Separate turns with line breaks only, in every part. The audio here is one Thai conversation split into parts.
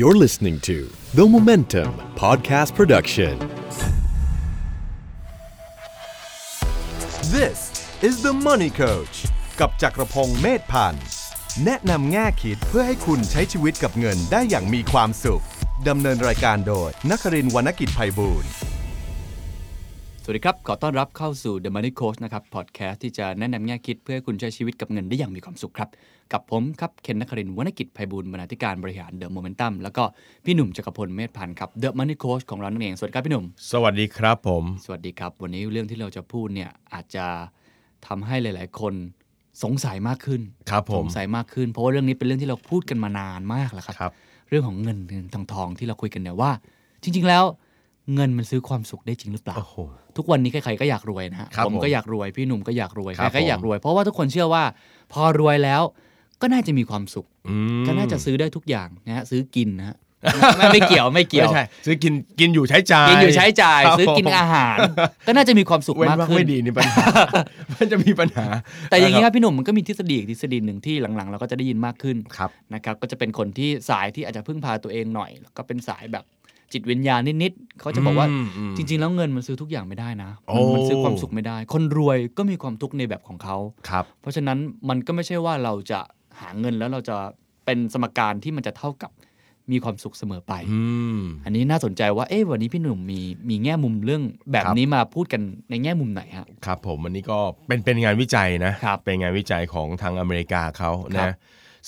You're listening to The Momentum Podcast Production.
This is the Money Coach กับจักรพงศ์เมธพันธ์ แนะนำแง่คิดเพื่อให้คุณใช้ชีวิตกับเงินได้อย่างมีความสุข ดำเนินรายการโดยนักรินทร์วรรณกิจไพบูลย์
สวัสดีครับ ขอต้อนรับเข้าสู่ The Money Coach นะครับ พอดแคสต์ที่จะแนะนำแง่คิดเพื่อให้คุณใช้ชีวิตกับเงินได้อย่างมีความสุขครับ กับผมครับ เคนนักครินทร์วรรณกิจไพบูลย์บรรณาธิการบริหาร The Momentum แล้วก็พี่หนุ่มจักรพลเมธพันธ์ครับ The Money Coach ของเรานั่นเอง สวัสดีครับพี่หนุ่ม
สวัสดีครับผม
สวัสดีครับ วันนี้เรื่องที่เราจะพูดเนี่ยอาจจะทำให้หลาย ๆ คนสงสัยมากขึ้น
ครับผม
สงสัยมากขึ้น เพราะว่าเรื่องนี้เป็นเรื่องที่เราพูดกันมานานมากแล้วครับ
ครับ
เรื่องของเงินเงินทองทองที่เราคุยกันเนี่ยว่า จริง ๆ แล้ว เงินมันซื้อความสุขได้จริงหรือเปล่า
โอ้โห
ทุกวันนี้ใครๆก็อยากรวยนะฮะ
ครับ
ผม
ผม
ก็อยากรวย พี่หนุ่มก็อยากรวย
ครั
ใคร
บ
ก็อยาก
ผม
รวย เพราะว่าทุกคนเชื่อว่า พอรวยแล้วก็น่าจะมีความสุข
อืม
ก็น่าจะซื้อได้ทุกอย่างนะฮะซื้อกินนะฮะไม่ไม่เกี่ยวไม่เกี่ยว
ไม่ใช่ซื้อกินกินอยู่ใช้จ่าย
กินอยู่ใช้จ่าย
ครับ
ซื้อกิน
ผม
อาหาร ก็น่าจะมีความสุข
เว้น
มาก
ว่าง
ขึ้
ไม่
น
ดีนี่ปัญ หา มันจะมีปัญหา
แต่อย่างนี้ครับพี่หนุ่มมันก็มีทฤษฎีอีกทฤษฎีหนึ่งที่หลังๆ เราก็จะได้ยินมากขึ้น
ครับ
นะครับก็จะเป็นคนที่สายที่อาจจะพึ่งพาตัวเองหน่อย แล้วก็เป็นสายแบบจิตวิญญาณนิดๆเขาจะบอกว่า
อืมอืม
จริง ๆ แล้วเงินมันซื้อทุกอย่างไม่ได้นะ
โอ้
มันซื้อความสุขไม่ได้ คนรวยก็มีความทุกข์ในแบบของเขา
ครับ
เพราะฉะนั้นมันก็ไม่ใช่ว่าเราจะหาเงินแล้วเราจะเป็นสมการที่มันจะเท่ากับมีความสุขเสมอไป
อืม
อันนี้น่าสนใจว่าเอ๊ะวันนี้พี่หนุ่มมีมีแง่มุมเรื่องแบบ
ครับ
นี้มาพูดกันในแง่มุมไหนฮะ
ครับผมอันนี้ก็เป็นเป็นงานวิจัยนะครับ เป็นงานวิจัยของทางอเมริกาเขา
ครั
นะ
บ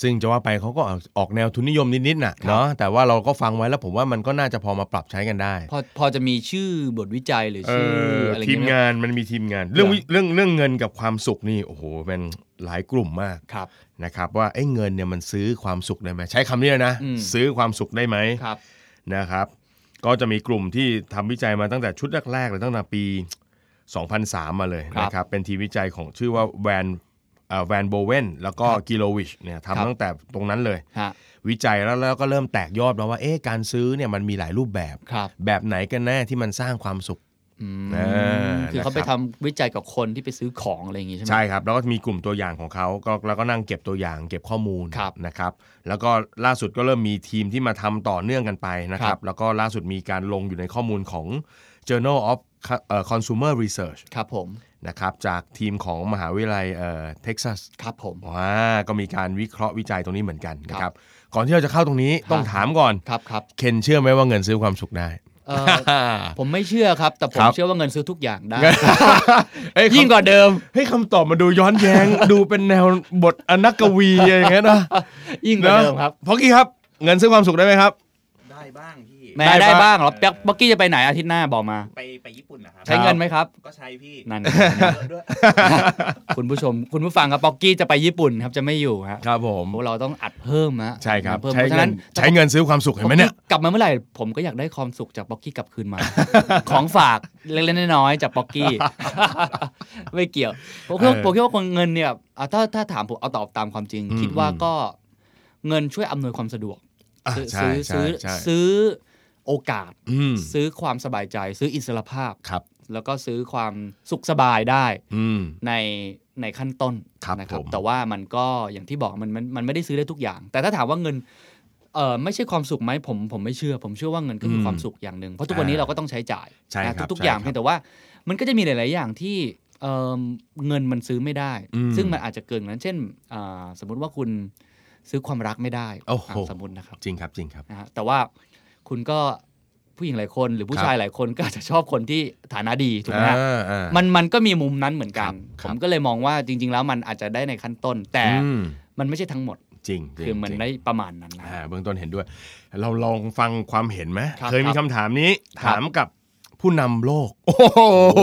ซึ่งจะว่าไปเขาก็ออกแนวทุนนิยมนิดๆน่ะ
ครับ
เนาะแต่ว่าเราก็ฟังไว้แล้วผมว่ามันก็น่าจะพอมาปรับใช้กันได้
พอพอจะมีชื่อบทวิจัยหรือ
เอ
ชื่อ
อ
อะไร
ที
เงี้ย
ม
ไหม
งานมันมีทีมงาน เรื่อง
เหรอ
วิเรื่องเรื่องเงินกับความสุขนี่โอ้โหมันหลายกลุ่มมาก
ครับ
นะครับว่าเอ้ยเงินเนี่ยมันซื้อความสุขได้ไหมใช้คำนี้เลยนะ
อืม
ซื้อความสุขได้ไหม
ครับ
นะครับ ก็จะมีกลุ่มที่ทำวิจัยมาตั้งแต่ชุดแรกๆเลยตั้งแต่ปี 2003 มาเลย
ครับ
นะครับเป็นทีมวิจัยของชื่อว่าแวนแวนโบเวนแล้วก็กิโลวิชเนี่ย
ครับ
ทำตั้งแต่ตรงนั้นเลย
ฮะ
วิจัยแล้วแล้วก็เริ่มแตกยอดมาว่าเอ๊ะการซื้อเนี่ยมันมีหลายรูปแบบ
ครับ
แบบไหนกันแน่ที่มันสร้างความสุข
อืม
เออ
คือเขา
นะครับ
ไปทำวิจัยกับคนที่ไปซื้อของอะไรอย่างงี้ใช่ไหม
ใช่ครับ แล้วก็มีกลุ่มตัวอย่างของเขาก็แล้วก็นั่งเก็บตัวอย่างเก็บข้อมูล
ครับ
นะครับแล้วก็ล่าสุดก็เริ่มมีทีมที่มาทำต่อเนื่องกันไปนะค
ครั
รับ
บ
แล้วก็ล่าสุดมีการลงอยู่ในข้อมูลของ Journal of Co- เอ่อ Consumer Research
ครับผม
นะครับจากทีมของมหาวิทยาลัยเอ่อเท็กซัส
ครับผม
ว้าก็มีการวิเคราะห์วิจัยตรงนี้เหมือนกันนะครับก่อนที่เราจะเข้าตรงนี้ต้องถามก่อน
ครับครับ
เคนเชื่อไหมว่าเงินซื้อความสุขได้
เอ่อ ผมไม่เชื่อครับ แต่ผม
ครับ
เชื่อว่าเงินซื้อทุก อย่างได้
เอ้ย
ยิ่งกว่าเดิม
เฮ้ยคำตอบมันดูย้อนแยง้ ง ดูเป็นแนวบทอนักกวีอะไรอย่างเงี้ยนะ
ยิ่งกว่าเดิมครับ
พอกี้ครับ เงินซื้อความสุขได้ไหมครับ
ได้บ้างพี่
แหม่
ได้
ได้
ปะ
บ้างเหรอแป๊กเมื่อกี้จะไปไหนอาทิตย์หน้าบอกมา
ไปไปญี่ปุ่นนะครับ
ใช้เงินไหมครับ
ก็ใช้พี่
นั่น
เยอะ ด้วย
คุณผู้ชม คุณผู้ฟังครับป๊อกกี้จะไปญี่ปุ่นครับจะไม่อยู่ฮะ
ครับผม
พวกเราต้องอัดเพิ่มนะ
ใช่ครับ
อัดเพิ่มเพ
ใช้
ราะฉะ
เงิ
นั้น
นใช้เงินซื้อความสุขเห็นไหมเนี่ย
ป๊อกกี้กลับมาเมื่อไหร่ผมก็อยากได้ความสุขจากป๊อกกี้กลับคืนมาข องฝากเล็กๆน้อยๆจากป๊อกกี้ ไม่เกี่ยวผมคิดว่าผมคิดว่าคนเงินเนี่ยอ่ะถ้าถ้าถามผมเอาตอบตามความจริง คิดว่าก็เงินช่วยอำนวยความสะดวก
อ่ะ
ซื้อ
ใช่ใช่
ซื้อ
ใช่
ซื้อโอกาส
อืม
ซื้อความสบายใจ ซื้ออิสรภาพ
ครับ
แล้วก็ซื้อความสุขสบายได้
อืม
ในในขั้นต้น
ครับ
นะ
ผม
แต่ว่ามันก็อย่างที่บอกมันมันมันไม่ได้ซื้อได้ทุกอย่าง แต่ถ้าถามว่าเงินเออไม่ใช่ความสุขไหมผมผมไม่เชื่อ ผมเชื่อว่าเงินก็คือความสุขอย่างหนึ่งเพราะทุกวันนี้เราก็ต้องใช้จ่าย
ใช่
นะครับ ทุกๆ
ใช่
อย่าง
ครับ
เพียงแต่ว่ามันก็จะมีหลาย ๆ อย่างที่เอ่อเงินมันซื้อไม่ได้
อืม
ซึ่งมันอาจจะเกินกว่านั้นเช่นอ่าสมมุติว่าคุณซื้อความรักไม่ได้
โอ้โห
อ่ะสมมตินะครับ
จริงครับจริงครับ
นะฮะแต่ว่าคุณก็ผู้หญิงหลายคนหรือผู้
ครับ
ชายหลายคนก็อาจจะชอบคนที่ฐานะดีถูกไหมฮะ
อ่าอ่า
มันมันก็มีมุมนั้นเหมือนกันผ
ครับ
มก็เลยมองว่าจริง ๆ แล้วมันอาจจะได้ในขั้นต้น แต่
อืม
มันไม่ใช่ทั้งหมด
จริงจริง
คือมัน
จริง
ได้ประมาณนั้นนะ
อ่าเบื้องต้นเห็นด้วย เราลองฟังความเห็นไหม
ครับ
เคยมี
ครับ
คำถามนี้
ครับ
ถามกับผู้นำโลก โอ้โห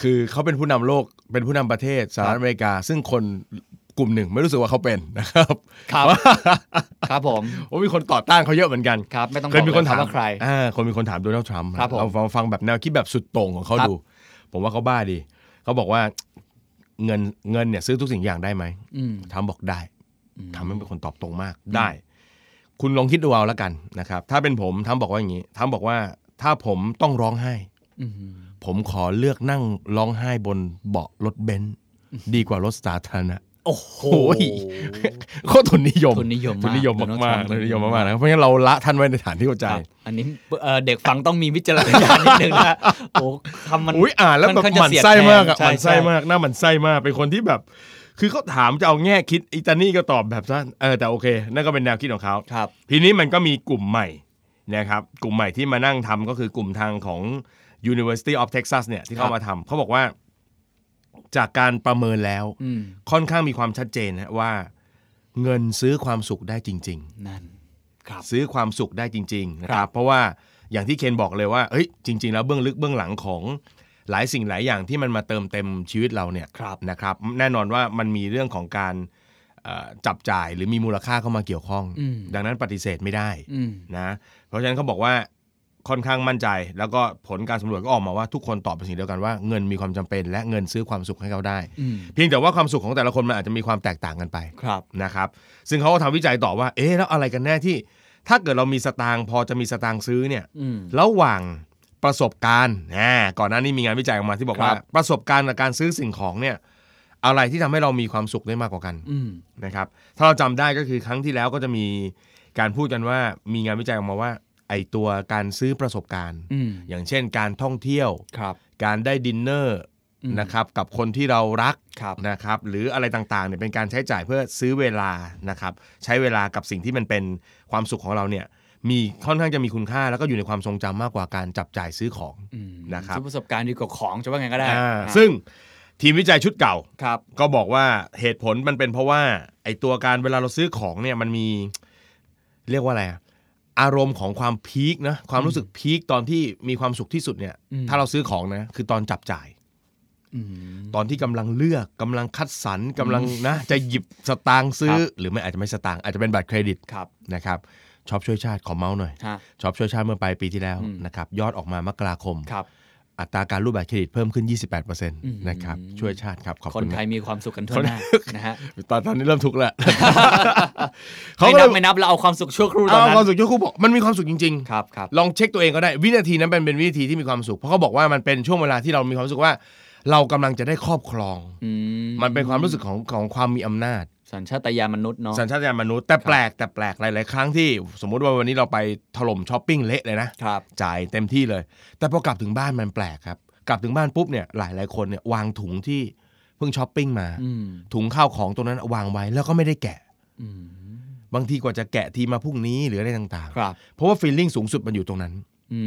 คือเขาเป็นผู้นำโลกเป็นผู้นำประเทศสหรัฐอเมริกา ซึ่งคนกลุ่มหนึ่งไม่รู้สึกว่าเขาเป็นนะครับ
ครับครับผม
ว่ามีคนต่อต้านเขาเยอะเหมือนกัน
ครับไม่ต้อง
เคยมีคนถาม
บอกเลยรับว่าใคร
อ่าคนมีคนถามโดนัลด์ทรัมป์
ครับผม
เราฟังฟังแบบแนวคิดแบบสุดโต่งของเขา
ครับ
ดู ผมว่าเขาบ้าดี เขาบอกว่าเงินเงินเนี่ยซื้อทุกสิ่งอย่างได้ไหม
อืม
ทรัมป์บอกได้
อืม
ทำให้เป็นคนตอบตรงมากได้ คุณลองคิดดูเอาแล้วกันนะครับ ถ้าเป็นผมทรัมป์บอกว่าอย่างนี้ทรัมป์บอกว่าถ้าผมต้องร้องไห้
อืม
ผมขอเลือกนั่งร้องไห้บนเบาะรถเบนซ์ดีกว่ารถสาธารณะ
โอ้โห
โอ้ย โคตรทุนนิยม
ทุนนิยมมาก
ทุนนิยม
โดนัลด์
มาก
ทรัมป์
ๆทุนนิยมมากๆนะครับเพราะงั้นเราละท่านไว้ในฐานที่เข้าใจ
ครับอันนี้เอ่อเด็กฟังต้องมีวิจารณญาณนิดนึง นะโอ้คำมัน
อุ้ยอ่านแล้วแบบ
ค่
ห
ข้
มั
ง
น
จะเยด
ไส้มากอะ
แท
ห
ง
มันไส้มากหน้าหมันไส้มากเป็นคนที่แบบ คือเขาถามจะเอาแง่คิดอิตานี่ก็ตอบแบบสั้นเออแต่โอเคนั่นก็เป็นแนวคิดของเขา
ครับ
ทีนี้มันก็มีกลุ่มใหม่นะครับกลุ่มใหม่ที่มานั่งทำก็คือกลุ่มทางของ University of Texas เนี่ยที่
ครั
เข้า
บ
มาทำเขาบอกว่าจากการประเมินแล้ว
อืม
ค่อนข้างมีความชัดเจนนะว่า เงินซื้อความสุขได้จริง ๆ
นั่นครับ
ซื้อความสุขได้จริงๆนะค
ครั
รับบ เพราะว่าอย่างที่เคนบอกเลยว่าเฮ้ยจริง ๆ แล้วเบื้องลึกเบื้องหลังของหลายสิ่งหลายอย่างที่มันมาเติมเต็มชีวิตเราเนี่ย
ครับ
นะครับแน่นอนว่ามันมีเรื่องของการเอ่อจับจ่ายหรือมีมูลค่าเข้ามาเกี่ยวข้อง
อืม
ดังนั้นปฏิเสธไม่ได้
อืม
นะเพราะฉะนั้นเขาบอกว่าค่อนข้างมั่นใจ แล้วก็ผลการสำรวจก็ออกมาว่าทุกคนตอบเป็นเสิ่งเดียวกันว่าเงินมีความจำเป็น และเงินซื้อความสุขให้เขาได้
อืม
เพียงแต่ว่าความสุขของแต่ละคนมันอาจจะมีความแตกต่างกันไป
ครับ
นะครับซึ่งเขาก็ทำวิจัยต่อว่า เอ๊ะแล้วอะไรกันแน่ที่ ถ้าเกิดเรามีสตางค์พอจะมีสตางค์ซื้อเนี่ย
อืม
ระหว่างประสบการณ์อ่าก่อนหน้านี้มีงานวิจัยออกมาที่บอกว่า
ครับ
ประสบการณ์กับการซื้อสิ่งของเนี่ยอะไรที่ทำให้เรามีความสุขได้มากกว่ากัน
อืม
นะครับถ้าเราจำได้ก็คือครั้งที่แล้วก็จะมีการพูดกันว่ามีงานวิจัยออกมาว่าไอตัวการซื้อประสบการณ์
อืม
อย่างเช่น การท่องเที่ยว
ครับ
การได้ดินเนอร์
อืม
นะครับกับคนที่เรารัก
ครับ
นะครับหรืออะไรต่างๆเนี่ยเป็นการใช้จ่ายเพื่อซื้อเวลานะครับใช้เวลากับสิ่งที่มันเป็นความสุขของเราเนี่ยมีค่อนข้างจะมีคุณค่าแล้วก็อยู่ในความทรงจำมากกว่าการจับจ่ายซื้อของ
อืม
นะครับ
ซื้อประสบการณ์ดีกว่าของจะว่าไงก็ได้
อ่า
อ่ะ
ซึ่งทีมวิจัยชุดเก่า
ครับ
ก็บอกว่าเหตุผลมันเป็นเพราะว่าไอตัวการเวลาเราซื้อของเนี่ยมันมีเรียกว่าอะไรอะอารมณ์ของความพีคนะความรู้สึกพีคตอนที่มีความสุขที่สุดเนี่ยถ้าเราซื้อของนะคือตอนจับจ่าย
อืม
ตอนที่กำลังเลือกกำลังคัดสรรกำลังนะจะหยิบสตางค์ซื้อ
ครับ
หรือไม่อาจจะไม่สตางค์อาจจะเป็นบัตรเครดิต
ครับ
นะครับช็อปช่วยชาติขอเมาส์หน่อย
ฮะ
ช็อปช่วยชาติเมื่อปลายปีที่แล้ว
อืม
นะครับยอดออกมามกราคม
ครับ
อัตราการรูดบัตรเครดิตเพิ่มขึ้น 28%
ม
นะครับช่วยชาติครับขอบ
คน
คุณ
ไทยมีความสุขกันทั่วห น้านะฮะ
ตอนตอนนี้เริ่ม ทุกข์แล้ว เขา
ไม่
ก็เล
นับ
ย
ไม่นับเราเอาความสุขชั่วครู่ตอน
เอา
นั้
ความ
น
สุขที่ครูบอกมันมีความสุขจริง ๆ
ครับครับ
ลองเช็คตัวเองก็ได้วินาทีนั้นเป็นเป็นวินาทีที่มีความสุข เพราะเขาบอกว่ามันเป็นช่วงเวลาที่เรามีความรู้สึกว่า เรากำลังจะได้ครอบครอง
อื
มันเป็นความรู้สึกของของความมีอำนาจ
สัญชาตญาณมนุษย์เนาะ
สัญชาตญาณมนุษย์แต่แปลกแต่แปลกหลาย ๆ ครั้งที่ สมมุติว่าวันนี้เราไปถล่มช้อปปิ้งเละเลยนะครับ จ่ายเต็มที่เลย แต่พอกลับถึงบ้านมันแปลกครับ กลับถึงบ้านปุ๊บเนี่ยหลายหลายๆคนเนี่ยวางถุงที่เพิ่งช้อปปิ้งมา
อืม
ถุงข้าวของตรงนั้นวางไว้แล้วก็ไม่ได้แกะ
อืม
บางทีกว่าจะแกะทีมาพรุ่งนี้หรืออะไรต่าง
ครับ
ๆ เพราะว่าฟีลลิ่งสูงสุดมันอยู่ตรงนั้น
อื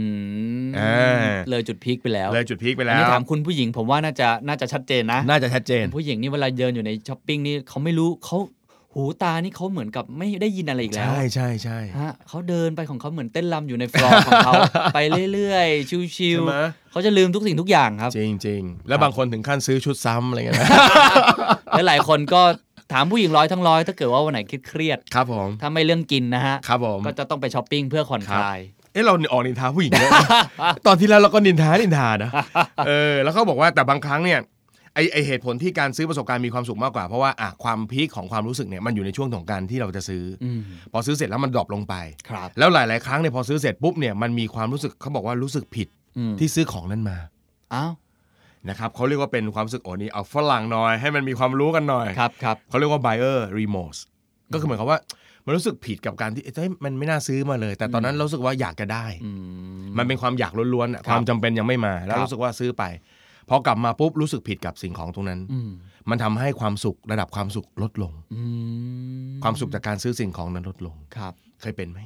ม
เออ
เลยจุดพีคไปแล้ว
เลยจุดพีคไป
อั
แล้
นนี้
ว
ถามคุณผู้หญิงผมว่าน่าจะน่าจะชัดเจนนะ
น่าจะชัดเจน
ผู้หญิงนี่เวลาเดินอยู่ในช้อปปิ้งนี่เขาไม่รู้เขาหูตานี่เขาเหมือนกับไม่ได้ยินอะไรอีกแล้ว
ใช่ใช่ใช่
ฮะเขาเดินไปของเขาเหมือนเต้นรำอยู่ในฟลอร์ของ เขา ไปเรื่อยๆ ชิ
ใช่
ว
ไหม
ๆเขาจะลืมทุกสิ่งทุกอย่างครับ
จริงจริงๆ แล้วบางคนถึงขั้นซื้อชุดซ้ำอะไรเงี้ยนะ
และหลายคนก็ถามผู้หญิงร้อยทั้งร้อยถ้าเกิดว่าวันไหนเครียด
ครับผม
ๆถ้าไม่เรื่องกินนะฮะ
ครับผม
ก็จะต้องไปช้อปปิ้งเพื่อผ่อนคลาย
เอ้เราออกนินทาผู้หญิงเยอะ นะ ตอนที่แล้วเราก็นินทานินทานะ เออแล้วเขาบอกว่าแต่บางครั้งเนี่ยไอไอเหตุผลที่การซื้อประสบการณ์มีความสุขมากกว่า เพราะว่าอ่ะความพีคของความรู้สึกเนี่ยมันอยู่ในช่วงของการที่เราจะซื้ออ
อืม
พอซื้อเสร็จแล้วมันดรอปลงไป
ครับ
แล้วหลาย ๆ ครั้งเนี่ยพอซื้อเสร็จปุ๊บเนี่ยมันมีความรู้สึกเขาบอกว่ารู้สึกผิด
อืม
ที่ซื้อของนั้นมา
อ้าว
นะครับเขาเรียกว่าเป็นความรู้สึกโอ้นี่เอาฝรั่งหน่อยให้มันมีความรู้กันหน่อย
ครับครับ
เขาเรียกว่า buyer remorse ก็คือเหมือนกับว่า มันรู้สึกผิดกับการที่เอ้ยมันไม่น่าซื้อมาเลย แต่ตอนนั้นรู้สึกว่าอยากจะได้
อืม
มันเป็นความอยากล้วนๆอะ
ครับ
ความจำเป็นยังไม่มา แล้ว
ครับ
รู้สึกว่าซื้อไป พอกลับมาปุ๊บรู้สึกผิดกับสิ่งของตรงนั้น
อืม
มันทำให้ความสุขระดับความสุขลดลง
อืม
ความสุขจากการซื้อสิ่งของนั้นลดลง
ครับ
เคยเป็นไหม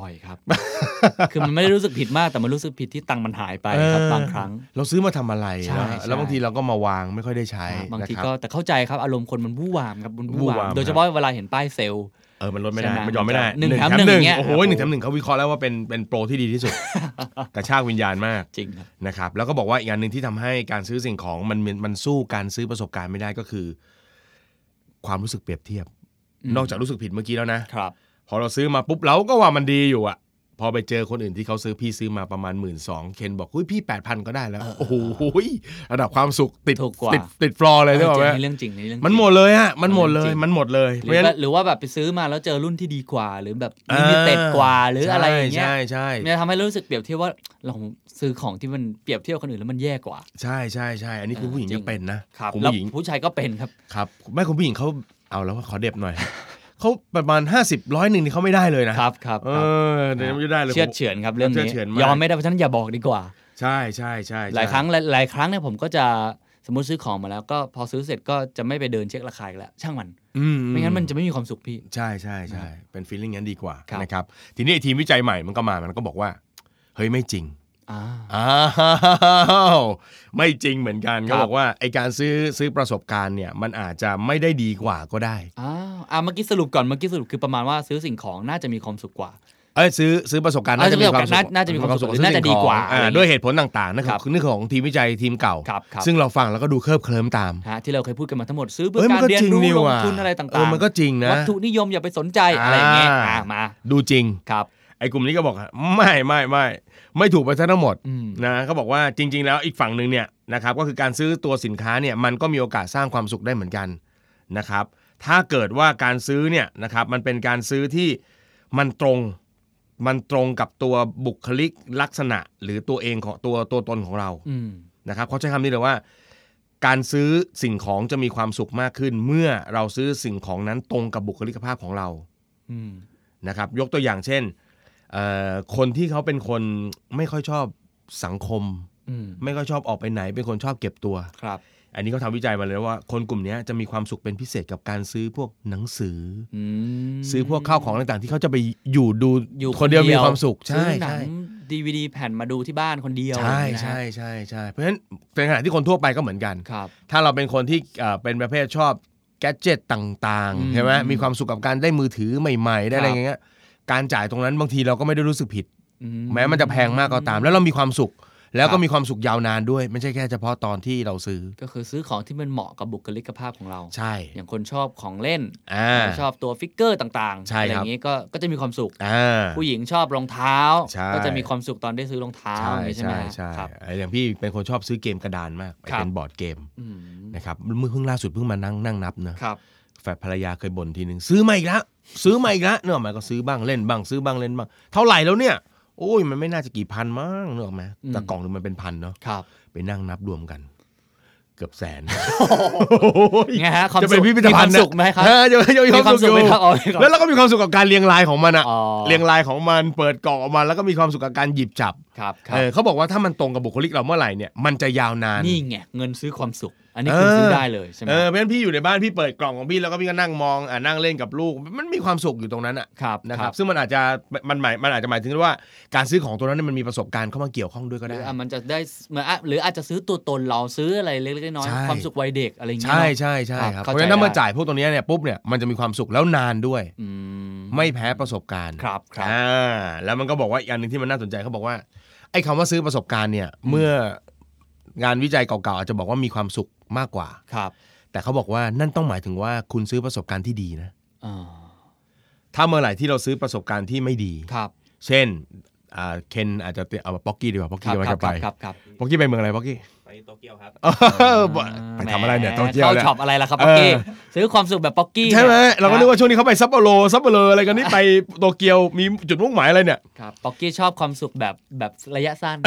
บ่อยครับ คือมันไม่ได้รู้สึกผิดมากแต่มันรู้สึกผิดที่ตังค์มันหายไปครับ
เออ
บางครั้ง
เราซื้อมาทำอะไร
ใช่
แล้ว
ใช่
แล้วบางทีเราก็มาวางไม่ค่อยได้ใช้
ครับบาง
นะ
ที
ครับ
ก็แต่เข้าใจครับอารมณ์คนมันวู่วามครับมันวู่
วู่วาว
าม ม โดยเฉพาะเวลาเห็นป้ายเซลล์
เออมันลดไม่ได้
ใช่ไหม
มันยอมไม่ได้
หนึ่งแถมหนึ่งอย่างเงี้ย
โอ้โหหนึ่งแถมหนึ่งเขาวิเคราะห์แล้วว่าเป็นเป็นโปรที่ดีที่ สุด กระชากวิญญาณมาก
จริงครับ
นะครับแล้วก็บอกว่าอีกอันหนึ่งที่ทำให้การซื้อสิ่งของมันมันมันสู้การซื้อประสบการณ์ไม่ได้ก็คือ ความรู้สึกเปรียบเทียบ
อืม
นอกจากรู้สึกผิดเมื่อกี้แล้วนะครับ พอเราซื้อมาปุ๊บเราก็ว่ามันดีอยู่อะพอ อไปเจอคนอื่นที่เขาซื้อพี่ซื้อมาประมาณ 1 2ื่นเคนบอกเฮ้ยพี่ 8,000 ก็ได้แล้ว โอ้โหระดับความสุขติด
ถูกกว่า
ติดติดฟลอร์เลย
เอ
ได้
อจ
ป่ะ
ริ
แม
งในเรื่องจริงในเรื่องจริง
มันหมดเลยฮะมันหมดเล
จริ
ย
ง
มันหมดเลยเพ
หรื
ราะ
อว่า
ฉะนั้น
หรือว่าแบบไปซื้อมาแล้วเจอรุ่นที่ดีกว่า หรือแบบลิมิเต็ดกว่าหรืออะไรอย่างเงี้ย
ใช่ใช่
มันจะทำให้รู้สึกเปรียบเทียบว่าเราซื้อของที่มันเปรียบเทียบกับคนอื่นแล้วมันแย่กว่า
ใช่ใช่ใช่อันนี้คุณผู้หญิง
เออจริ
ยัง งเป็นนะครับ คุณ
แล้ว
ผู้หญิง
ผู้ชายก็เป็นครับ
ครับแม่คุณผู้หญิงเขาเอาแล้วว่าขอเด็บ หน่อย เขาประมาณ 50ร้อยหนึ่งนี่เขาไม่ได้เลยนะครับ
ครับ
เอ
ครับ
อเดี๋ยวไม่ได้เลย
เชื่อด
ผม
เฉือนครับเรื่อง
เชื่
นี้
อเฉือนมาก
ยอมไม่ได้เพราะฉะนั้นอย่าบอกดีกว่า
ใช่ใช่ใช่ใช่
หลายครั้งหลายหลายครั้งเนี่ยผมก็จะสมมติซื้อของมาแล้วก็พอซื้อเสร็จก็จะไม่ไปเดินเช็คราคาอีกแล้วช่างมัน
อื
ไม่งั้นมันจะไม่มีความสุขพี่
ใช่ใช่ใช่เป็นฟีลลิ่งนั้นดีกว่า
ครับ
นะครับทีนี้ไอ้ทีมวิจัยใหม่มันก็มามันก็บอกว่า เฮ้ยไม่จริง
อ่า
อ้าวไม่จริงเหมือนกัน
ครั
เขา
บ
บอกว่าไอการซื้อซื้อประสบการณ์เนี่ยมันอาจจะไม่ได้ดีกว่าก็ได้
อ้าวอ่าเมื่อกี้สรุปก่อนเมื่อกี้สรุปคือประมาณว่าซื้อสิ่งของน่าจะมีความสุขกว่า
เอ้ยซื้อซื้อประสบการณ์
เอา
น่าจะมีความสุข
น่าน่าจะมีความสุขหรือน่าจะดีกว่า
อ่
อะไรอย่างเงี้ย
ด้วยเหตุผลต่างๆนะค
ครั
รั
บบ
คือเรื่องของทีมวิจัยทีมเก่า
ครับครับ
ซึ่งเราฟังแล้วก็ดูเคลิบเคลิ้มตาม
ฮะที่เราเคยพูดกันมาทั้งหมดซื้อเพื่อ
อ้
การ
มั
เรียน
จ
รู้ลง
ว่ะ
ทุนอะไรต่างๆ
เออมันก็จริงนะ
วัตถุนิยมอย่าไปสนใจอะไรอย่างเงี้ย
อ่า
อ่ามา
ดูจริง
ครับ
ไอ้กลุ่มนี้ก็บอกว่าไม่ไม่ไม่ไม่ถูกไปซะทั้งหมด
อืม
นะเขาบอกว่าจริง ๆ แล้วอีกฝั่งหนึ่งเนี่ยนะครับก็คือการซื้อตัวสินค้าเนี่ยมันก็มีโอกาสสร้างความสุขได้เหมือนกันนะครับถ้าเกิดว่าการซื้อเนี่ยนะครับมันเป็นการซื้อที่มันตรงมันตรงกับตัวบุคลิกลักษณะ หรือตัวเองของตัวตัวตนของเรา
อืม
นะครับเขาใช้คำนี้เลยว่า การซื้อสิ่งของจะมีความสุขมากขึ้น เมื่อเราซื้อสิ่งของนั้นตรงกับบุคลิกภาพของเรา
อืม
นะครับยกตัวอย่างเช่นเอ่อคนที่เขาเป็นคนไม่ค่อยชอบสังคม
อืม
ไม่ค่อยชอบออกไปไหน เป็นคนชอบเก็บตัว
ครับ
อันนี้เขาทำวิจัยมาเลยว่าคนกลุ่มเนี้ยจะมีความสุขเป็นพิเศษกับการซื้อพวกหนังสือ
อืม
อซื้อพวกข้าวของต่างๆ ที่เขาจะไปอยู่ดู
อยู่
คนเดียวมีความสุข
ซื้อ
ใช่
หนั
ใช่
งดีวดีแผ่นมาดูที่บ้านคนเดียว
ใช่
นะฮะ
ใช่ใช่ใช่เพราะฉะนั้นในขณะที่คนทั่วไปก็เหมือนกัน
ครับ
ถ้าเราเป็นคนที่เอ่อเป็นประเภทชอบแกดเจิตต่าง
อืม
ๆใช่ไหมมีความสุขกับการได้มือถือใหม่ๆ ได้อะไร
ครับ
อย่างเงี้ยการจ่ายตรงนั้นบางทีเราก็ไม่ได้รู้สึกผิด
อื
แม้มันจะแพงมากก็ตาม แล้วเรามีความสุข แล้ว
ครั
ก็
บ
มีความสุขยาวนานด้วย ไม่ใช่แค่เฉพาะตอนที่เราซื้อ
ก็คือซื้อของที่มันเหมาะกับบุคลิกภาพของเรา
ใช่
อย่างคนชอบของเล่น
อ่า
ชอบตัวฟิกเกอร์ต่างๆ
ใช่
อะไรอ
ครับ
ย่างนี้ก็ก็จะมีความสุข
อ่า
ผู้หญิงชอบรองเท้า
ใช่
ก็จะมีความสุขตอนได้ซื้อรองเท้า
ใช่
อย่างนี้ใช่ไหม
ใช่
ฮะ
ใช่
ครับ
เอ่ออย่างพี่เป็นคนชอบซื้อเกมกระดานมาก
ครับ
เป็นบอร์ดเกม
อืม
นะครับเมื่อเพิ่งล่าสุดเพิ่งมานั่งนั่งนับนะครับ แฟนภรรยาเคยบ่นทีนึงซื้อมาอีกแล้วซื้อมาอีกแล้วเนกอะหมายก็ซื้อบ้างเล่นบ้างซื้อบ้างเล่นบ้างเท่าไหร่แล้วเนี่ยโอ้ยมันไม่น่าจะกี่พันมั้งเนกอะไหม
อืม
แต่กล่องหนึงมันเป็นพันเนาะ
ครับ
ไปนั่งนับรวมกัน เกือบแสน
ไงฮะความ
จะ
สุ
เป็น
ข
พิพิธ
มีค
ภั
วา
ณ
ม
ฑ์
สุขไหมครับ
บจะมี
มีค
คาว
วาม ม
สุ
สุข
ข
ไห
อ
ม
ยู่
ครับอ๋อมีความ
แล้วเราก็มีความสุขกับการเรียงรายของมันอะ
อ๋อ
เรียงรายของมันเปิดกล่องออกมาแล้วก็มีความสุขกับการหยิบจับ
ครับครั
เอบ อเขาบอกว่าถ้ามันตรงกับบุคลิกเราเมื่อไหร่เนี่ยมันจะยาวนาน
นี่ไงเงินซื้อความสุข อันนี้คุณ
เออ
ซื้อได้เลยใช่ไหม
เออเพราะฉะนั้นพี่อยู่ในบ้านพี่เปิดกล่องของพี่แล้วก็พี่ก็นั่งมองอ่ะนั่งเล่นกับลูกมันมีความสุขอยู่ตรงนั้นอะ
ครับ
นะ
ค
ค
รั
รั
บบ
ซึ่งมันอาจจะมันหมายมันอาจจะหมายถึงว่าการซื้อของตัวนั้นเนยมันมีประสบการณ์เข้ามาเกี่ยวข้องด้วยก็
หรื
ได้
ออ่ะมันจะได้เหมือนอ่ะหรืออาจจะซื้อตัวตนเราซื้ออะไรเล็กๆน้อย
ใช่
ๆความสุขวัยเด็กอะไรอย่างเงี้ย
ใช่
เนอะ
ใช่ใช่ครับ
เข้าใจ
เพราะฉะนั้นถ้ามา
ได้
จ่ายพวกตรงเนี้ยเนี่ยปุ๊บเนี่ยมันจะมีความสุขแล้วนานด้วย
อืม
ไม่แพ้ประสบการณ์
ครับครับ
อ่าแล้วมันก็บอกว่าอีกอันหนึ่งที่มันน่าสนใจเขาบอกว่า ไอ้คำว่าซื้อประสบการณ์เนี่ย เมื่องานวิจัยเก่าๆอาจจะบอกว่ามีความสุขมากกว่า
ครับ
แต่เขาบอกว่านั่นต้องหมายถึงว่าคุณซื้อประสบการณ์ที่ดีนะ
อ่า
ถ้าเมื่อไหร่ที่เราซื้อประสบการณ์ที่ไม่ดี
ครับ
เช่นอ่าเคนอาจจะเอาป๊อกกี้ดีกว่าป๊อก
ครั
กี้
บ
จะ
ครับ
ไปจะไป
ครับครับ
ป๊อกกี้ไปเมืองอะไร ป๊อกกี้
ไปโตเกียวครับ
ไปทำอะไรเนี่ย
แหม
โตเกียว
เข้า
เนี่ย
ช็อปอะไรล่ะครับป๊อกกี้
เออ
ซื้อความสุขแบบป๊อกกี้
ใช่ไหม
นี่ย
เราก็นึกว่าช่วงนี้เขาไปซัปโปโรซัปโปโรอะไรกัน นี่ไปโตเกียวมีจุดมุ่งหมายอะไรเนี่ย
ครับป๊อกกี้ชอบความสุขแบบแบบระยะสั้น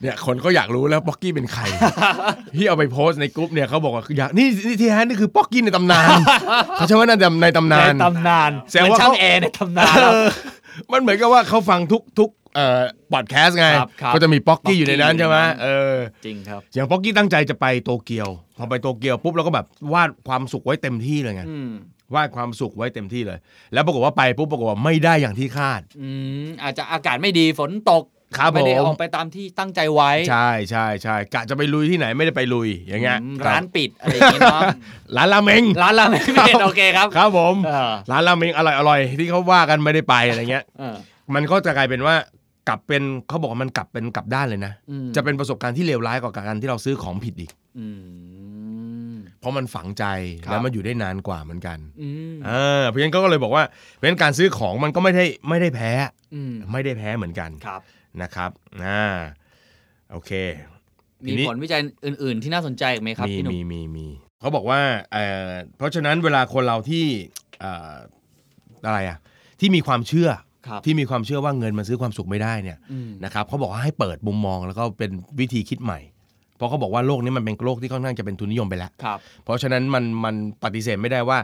เนี่ยคนก็อยากรู้แล้วป๊อกกี้ เป็นใคร ที่เอาไปโพสต์ในกรุ๊ปเนี่ยเขาบอกว่าอยากนี่นี่ที่แฮนนี่คือป๊อกกี้ในตำนาน เขาใช้ว่านั่นในตำ
ใน
นาน
ตำนาน
แสดง
เหมือ
ว่า
นช่า
เขา
งแอร์ในตำนาน
เออมันเหมือนกับว่าเขาฟังทุกทุกเอ่อพอดแคสต์ไง
ครับครับ
ก็จะมีป๊อกกี้อยู่ในนั้น
ป๊อกกี้
ใช่ไหม
อยู่ในนั้น
เออ
จริงครับ
อย่างป๊อกกี้ตั้งใจจะไปโตเกียว พอไปโตเกียวปุ๊บเราก็แบบวาดความสุขไว้เต็มที่เลยไง
อืม
วาดความสุขไว้เต็มที่เลย แล้วปรากฏว่าไปปุ๊บปรากฏว่าไม่ได้อย่างที่คาด
อืมอาจจะอากาศไม่ดีฝนตก
ครับ
ไม่ได้
ผม
ออกไปตามที่ตั้งใจไว้
ใช่ใช่ใช่กะจะไปลุยที่ไหนไม่ได้ไปลุยอย่างเงี้ย
อืมร้านปิดอะไรอย่างเงี้ยเนาะ
ร้านราเมง
ร้านละไม่เป็น โอเคครับ
ครับผม
เออ
ร้านราเมงอร่อยอร่อยๆที่เขาว่ากันไม่ได้ไปอะไรเงี้ย
เออ
มันก็จะกลายเป็นว่ากลับเป็นเขาบอกว่ามันกลับเป็นกลับด้านเลยนะ
อืม
จะเป็นประสบการณ์ที่เลวร้ายกว่าการที่เราซื้อของผิดอีก
อืม
เพราะมันฝังใจ
ครับ
แล้วมันอยู่ได้นานกว่าเหมือนกัน
อืม
เออเพราะฉะนั้นก็เลยบอกว่าเพราะฉะนั้นการซื้อของมันก็ไม่ได้ไม่ได้แพ้
อืม
ไม่ได้แพ้เหมือนกัน
ครับ
นะครับอ่าโอเค ที
มี
นี้
ผลวิจัยอื่น ๆ ที่น่าสนใจอีกไหมครับ
มี
พี่หนุ่ม
มีมีมีเขาบอกว่าเอ่อเพราะฉะนั้นเวลาคนเราที่เอ่ออะไรอะที่มีความเชื่อ
ครับ
ที่มีความเชื่อว่าเงินมันซื้อความสุขไม่ได้เนี่ย
อืม
นะครับเขาบอกว่าให้เปิดมุมมองแล้วก็เป็นวิธีคิดใหม่ เพราะเขาบอกว่าโลกนี้มันเป็นโลกที่ค่อนข้างจะเป็นทุนนิยมไปแล้ว
ครับ
เพราะฉะนั้นมันมันปฏิเสธไม่ได้ว่า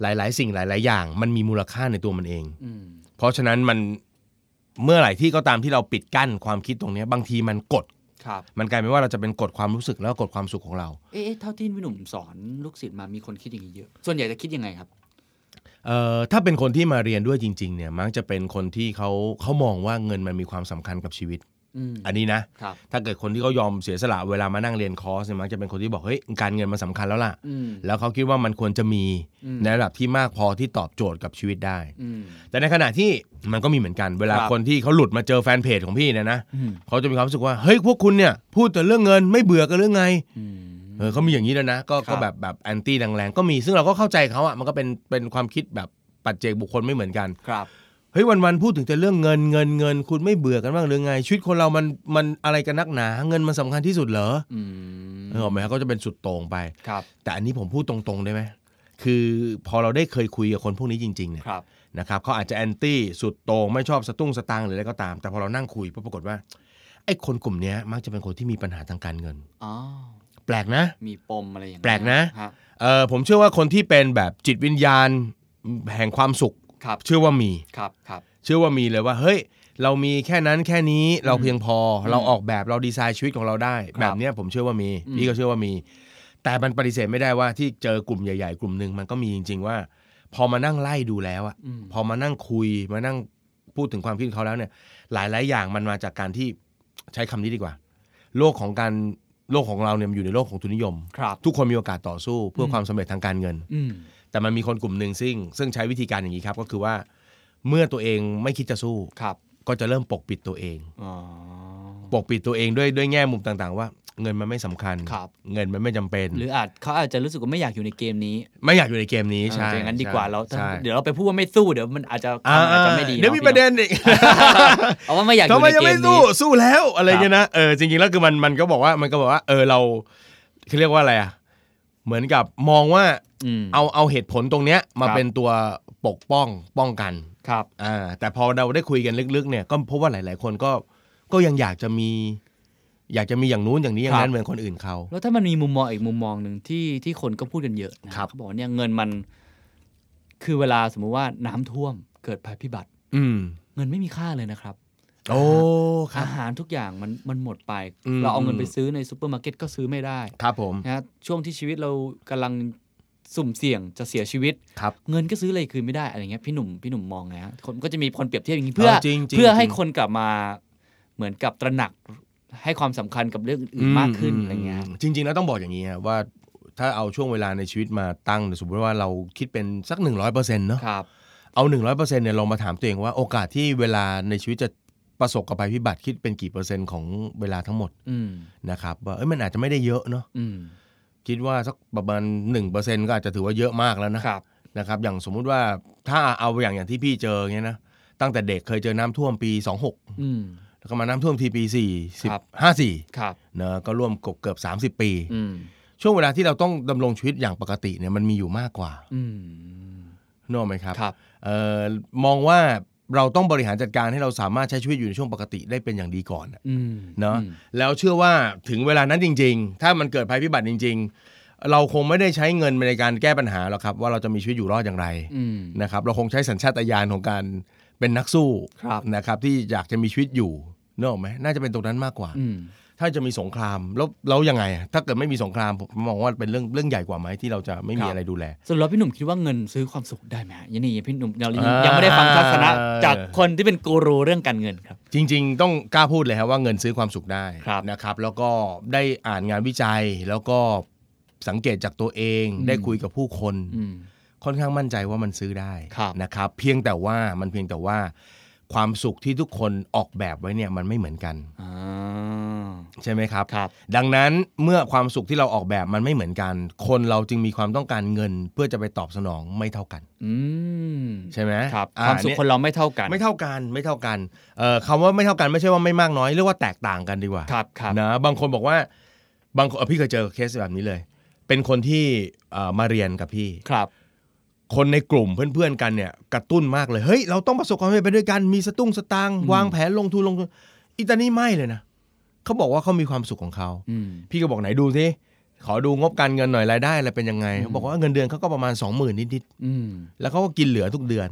หลาย ๆ สิ่งหลาย ๆ อย่าง มันมีมูลค่าในตัวมันเอง
อืม
เพราะฉะนั้นมันเมื่อไหร่ที่ก็ตามที่เราปิดกั้นความคิดตรงเนี้ยบางทีมันกด
ครับ
มันกลายเป็นว่าเราจะเป็นกดความรู้สึกแล้วก็กดความสุขของเรา
เอ๊ะเอ๊ะเท่าที่พี่หนุ่มสอนลูกศิษย์มามีคนคิดอย่างนี้เยอะ ส่วนใหญ่จะคิดยังไงครับ
เอ่อถ้าเป็นคนที่มาเรียนด้วยจริงๆเนี่ยมักจะเป็นคนที่เขาเขามองว่าเงินมันมีความสำคัญกับชีวิต
อืม
อันนี้นะครับ ถ้าเกิดคนที่เขายอมเสียสละเวลามานั่งเรียนคอร์สเนี่ยมักจะเป็นคนที่บอกเฮ้ยการเงินมันสำคัญแล้วล่ะ
อืม
แล้วเขาคิดว่ามันควรจะมี
อืม
ในระดับที่มากพอที่ตอบโจทย์กับชีวิตได้
อืม
แต่ในขณะที่มันก็มีเหมือนกัน เวลา
ครับ
คนที่เขาหลุดมาเจอแฟนเพจของพี่เนี่ยนะ
อืม
เขาจะมีความรู้สึกว่าเฮ้ยพวกคุณเนี่ยพูดแต่เรื่องเงินไม่เบื่อกันเรื่องไง
อืม
เออเขามีอย่างนี้แล้วนะ ก็
ครับ
ก็แบบแบบแอนตี้แรงๆ ก็มี ซึ่งเราก็เข้าใจเขาอ่ะ มันก็เป็นเป็นความคิดแบบปัจเจกบุคคลไม่เหมือนกัน
ครับ
เฮ้ยวันๆ พูดถึงแต่เรื่องเงินเงินเงิน คุณไม่เบื่อกันบ้างหรือไง ชีวิตคนเรามันมันอะไรกันนักหนา เงินมันสำคัญที่สุดเหรอ
อืม
เออออกไหมครับก็จะเป็นสุดโต่งไป
ครับ
แต่อันนี้ผมพูดตรงๆได้ไหม คือพอเราได้เคยคุยกับคนพวกนี้จริงๆเนี่ย
ครับ
นะครับเขาอาจจะแอนตี้สุดโต่งไม่ชอบสตุ้งสตางค์หรืออะไรก็ตาม แต่พอเรานั่งคุยปรากฏว่าไอ้คนกลุ่มเนี้ยมักจะเป็นคนที่มีปัญหาทางการเงิน
อ๋อ
แปลกนะ
มีปมอะไรอย่าง
แปลกนะ
ฮะ
เออผมเชื่อว่าคนที่เป็นแบบจิตวิญญาณแห่งความสุข
ครับ
เชื่อว่ามี
ครับครับ
เชื่อว่ามีเลยว่าเฮ้ย เรามีแค่นั้นแค่นี้เราเพียงพออ
ม
เราออกแบบเราดีไซน์ชีวิตของเราได้
ครับ
แบบเนี้ยผมเชื่อว่ามี
อืม
พี่ก็เชื่อว่ามี แต่มันปฏิเสธไม่ได้ว่าที่เจอกลุ่มใหญ่ ๆ กลุ่มหนึ่งมันก็มีจริง ๆ ว่า พอมานั่งไล่ดูแล้วอะ
อืม
พอมานั่งคุยมานั่งพูดถึงความคิดของเขาแล้วเนี่ย หลาย ๆ อย่างมันมาจากการที่ใช้คำนี้ดีกว่า โลกของการโลกของเราเนี่ยมันอยู่ในโลกของทุนนิยม
ครับ
ทุกคนมีโอกาสต่อสู้เพื่ออ
ม
ความสำเร็จทางการเงิน
อืม
แต่มันมีคนกลุ่มหนึ่งซึ่ง ซึ่งใช้วิธีการอย่างนี้ครับก็คือว่า เมื่อตัวเองไม่คิดจะสู้
ครับ
ก็จะเริ่มปกปิดตัวเอง
อ๋อ
ปกปิดตัวเองด้วยด้วยแง่มุมต่างๆ ว่า เงินมันไม่สำคัญ
ครับ
เงินมันไม่จำเป็น
หรืออาจเขาอาจจะรู้สึกว่าไม่อยากอยู่ในเกมนี้
ไม่อยากอยู่ในเกมนี้ใช่
เอออย่างนั้นดีกว่าเราถ้า
ใช่
เดี๋ยวเราไปพูดว่าไม่สู้เดี๋ยวมันอาจจะ
อ่า
คำอาจจะไม่ดี
เดี๋ยวมี
อ
ประเด็นอีก
เอาว่าไม่อยากอ
ทำ
ยู่
ไม
ใน
ยัง
เก
ไม่
ม
สู้
นี้
สู้แล้วอะไรเงี้ยนะเออจริงๆแล้วคือมันมันก็บอกว่ามันก็บอกว่าเออเราเขาเรียกว่าอะไรอ่ะเหมือนกับมองว่า
อืม
เอาเอาเหตุผลตรงเนี้ยมา
ครับ
เป็นตัวปกป้องป้องกัน
ครับ
อ่าแต่พอเราได้คุยกันลึกๆเนี่ยก็พบว่าหลาย ๆ คนก็ก็ยังอยากจะมี อยากจะมีอย่างนู้นอย่างนี้อย่างนั้
ครั
น
บ
เหมือนคนอื่นเขา
แล้วถ้ามันมีมุมมองอีกมุมมองหนึ่งที่ที่คนก็พูดกันเยอะนะครับ เขาบอกว่าเนี่ยเงินมัน คือเวลาสมมุติว่าน้ำท่วมเกิดภัยพิบัติ
อืม
เงินไม่มีค่าเลยนะครับ
โอ้ครั
อา
บ
หารทุกอย่างมันมันหมดไป
อืม
เราเอาเงินไปซื้อในซูเปอร์มาร์เก็ตก็ซื้อไม่ได้
ครับผม
นะฮะช่วงที่ชีวิตเรากำลังสุ่มเสี่ยงจะเสียชีวิต
ครับ
เงินก็ซื้ออะไรคืนไม่ได้อะไรเงี้ยพี่หนุ่มพี่หนุ่มมองไงฮะคนก็จะมีคนเปรียบเทียบอย่างนี้เพื่อ
เออจริงจริง
เพื่อให้
จริง
คนกลับมาเหมือนกับตระหนักให้ความสำคัญกับเรื่องอื่นมากขึ้นอะไรเงี้ย
จริง ๆ แล้วต้องบอกอย่างนี้ฮะว่าถ้าเอาช่วงเวลาในชีวิตมาตั้งสมมติว่าเราคิดเป็นสัก 100%เนอะ
ครับ
เอา 100%เนี่ยลองมาถามตัวเองว่าโอกาสที่เวลาในชีวิตจะประสบกับภัยพิบัติคิดเป็นกี่เปอร์เซ็นต์ของเวลาทั้งหมด
อืม
นะครับว่าเอ้ยมันอาจจะไม่ได้เยอะเนาะ
อืม
คิดว่าสักประมาณ1%ก็อาจจะถือว่าเยอะมากแล้วนะครับ นะครับ อย่างสมมุติว่าถ้าเอาอย่างอย่างที่พี่เจออย่างเงี้ยนะตั้งแต่เด็กเคยเจอน้ำท่วมปี 26
อืม
แล้วก็มาน้ำท่วมทีปี4
ครับ
0 54
ครับ
เนอะก็ร่วมเกือบเกือบ30 ปี
อืม
ช่วงเวลาที่เราต้องดำรงชีวิตอย่างปกติเนี่ยมันมีอยู่มากกว่า
อืม
นึกออกไหมครับ
ครับ
เอ่อมองว่าเราต้องบริหารจัดการให้เราสามารถใช้ชีวิตอยู่ในช่วงปกติได้เป็นอย่างดีก่อน
อืม
เนาะ
อืม
แล้วเชื่อว่าถึงเวลานั้นจริง ๆ ถ้ามันเกิดภัยพิบัติจริง ๆ เราคงไม่ได้ใช้เงินในการแก้ปัญหาหรอกครับ ว่าเราจะมีชีวิตอยู่รอดอย่างไร
อืม
นะครับ เราคงใช้สัญชาตญาณของการเป็นนักสู้
ครับ
นะครับ ที่อยากจะมีชีวิตอยู่เนกอะไหมน่าจะเป็นตรงนั้นมากกว่า
อืม
ถ้าจะมีสงครามแล้วแล้วยังไงอะถ้าเกิดไม่มีสงครามผมมองว่าเป็นเรื่องเรื่องใหญ่กว่าไหมที่เราจะไม่มีอะไรดูแล
สรุปแล้วพี่หนุ่มคิดว่าเงินซื้อความสุขได้ไหมฮะยังนี่พี่หนุ่มเรายัง
อ่ายั
ยังไม่ได้ฟังทัศนะจากคนที่เป็นกูรูเรื่องการเงินครับ
จริง ๆ ต้องกล้าพูดเลยครับว่าเงินซื้อความสุขได้
ครับ
นะครับ แล้วก็ได้อ่านงานวิจัยแล้วก็สังเกตจากตัวเอง
อืม
ได้คุยกับผู้คน
อืม
ค่อนข้างมั่นใจว่ามันซื้อได้
ครับ
นะครับ เพียงแต่ว่ามันเพียงแต่ว่า ความสุขที่ทุกคนออกแบบไว้เนี่ยมันไม่เหมือนกัน
อ่า
ใช่ไหมครับ
ครับ
ดังนั้นเมื่อความสุขที่เราออกแบบมันไม่เหมือนกัน คนเราจึงมีความต้องการเงิน เพื่อจะไปตอบสนองไม่เท่ากัน
อืม
ใช่ไหม
ครับ
อ่
ความสุข
เนี่ย
คนเราไม่เท่ากัน
ไม่เท่ากันไม่เท่ากันเอ่อคำว่าไม่เท่ากันไม่ใช่ว่าไม่มากน้อยเรียกว่าแตกต่างกันดีกว่า
ครับครับ
นะบางคนบอกว่าบางคนเอ่อพี่เคยเจอเคสแบบนี้เลย เป็นคนที่เอ่อมาเรียนกับพี่
ครับ
คนในกลุ่มเพื่อนๆกันเนี่ยกระตุ้นมากเลยเฮ้ยเราต้องประสบความสำเร็จไปด้วยกันมีสตุ้งสตางค์
อืม
วางแผนลงทุนลงทุนอิตานี่ไม่เลยนะเขาบอกว่าเขามีความสุขของเขา
อืม
พี่ก็บอกไหนดูสิขอดูงบการเงินหน่อยรายได้อะไรเป็นยังไง
อืม
เขาบอกว่าเงินเดือนเขาก็ประมาณ 20,000นิด
อืม
ๆแล้วเขาก็กินเหลือทุกเดือน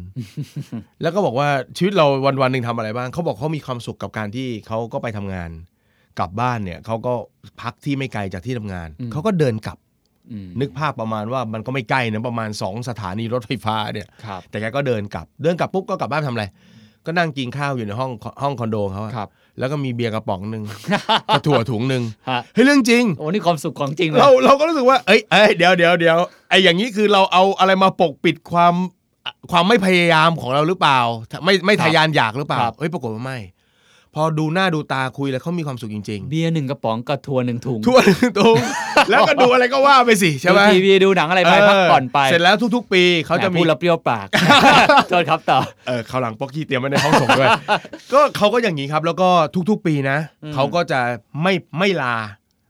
แล้วก็บอกว่าชีวิตเราวันวันๆหนึ่งทำอะไรบ้างเขาบอกเขามีความสุขกับการที่เขาก็ไปทำงาน กลับบ้านเนี่ยเขาก็พักที่ไม่ไกลจากที่ทำงานเขาก็เดินกลับ
อืม
นึกภาพประมาณว่ามันก็ไม่ใกล้นะประมาณ 2 สถานีรถไฟฟ้าเนี่ย
ครับ
แต่แกก็เดินกลับ เดินกลับปุ๊บก็กลับบ้านทำอะไร ก็นั่งกินข้าวอยู่ในห้องห้องคอนโดเขาอะ
ครับ
แล้วก็มีเบียร์กระป๋องหนึ่ง กระถั่วถุงหนึ่ง
ฮะ
เฮ้ยเรื่องจริง
โอ้นี่ความสุขของจริงเลย
เราเราก็รู้สึกว่า เอ้ยเอ้ยเดี๋ยวเดี๋ยวเดี๋ยวไอ้อย่างนี้คือเราเอาอะไรมาปกปิดความความไม่พยายามของเราหรือเปล่า ไม่ไม่ทะยานอยากหรือเปล่าเอ้ยปรากฏว่าไม่ พอดูหน้าดูตาคุยแล้วเขามีความสุขจริง
เบียร์หนึ่งกระป๋องกับทัวร์หนึ่งถุง
ๆทั่วทุง แล้วก็ดูอะไรก็ว่าไปสิใช่ไหม
ดูทีวีดูหนังอะไรไปพักผ่อนไป
เสร็จแล้วทุก ๆ ปีเขาจะ
แห
มี
พูดแล้วเปรี้ยว ปาก โทษครับต่อ
เออเขาวหลังป๊อกกี้เตรียมไว้ในห้องส่ง ด้วย ก็เขาก็อย่างนี้ครับ แล้วก็ทุกๆปีนะ
อืม
เขาก็จะไม่ไม่ลา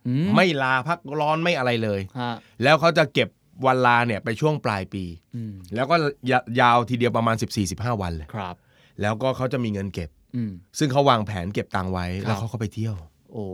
อื
ไม่ลาพักร้อนไม่อะไรเลย
ฮะ
แล้วเขาจะเก็บวันลาเนี่ยไปช่วงปลายปี
อืม
แล้วก็ยายาวทีเดียวประมาณ 14-15 วันเลย
ครับ
แล้วก็เขาจะมีเงินเก็บ
อืม
ซึ่งเขาวางแผนเก็บตังค์ไว้
ครับ
แล้วเขาก็ไปเที่ยว
โอ้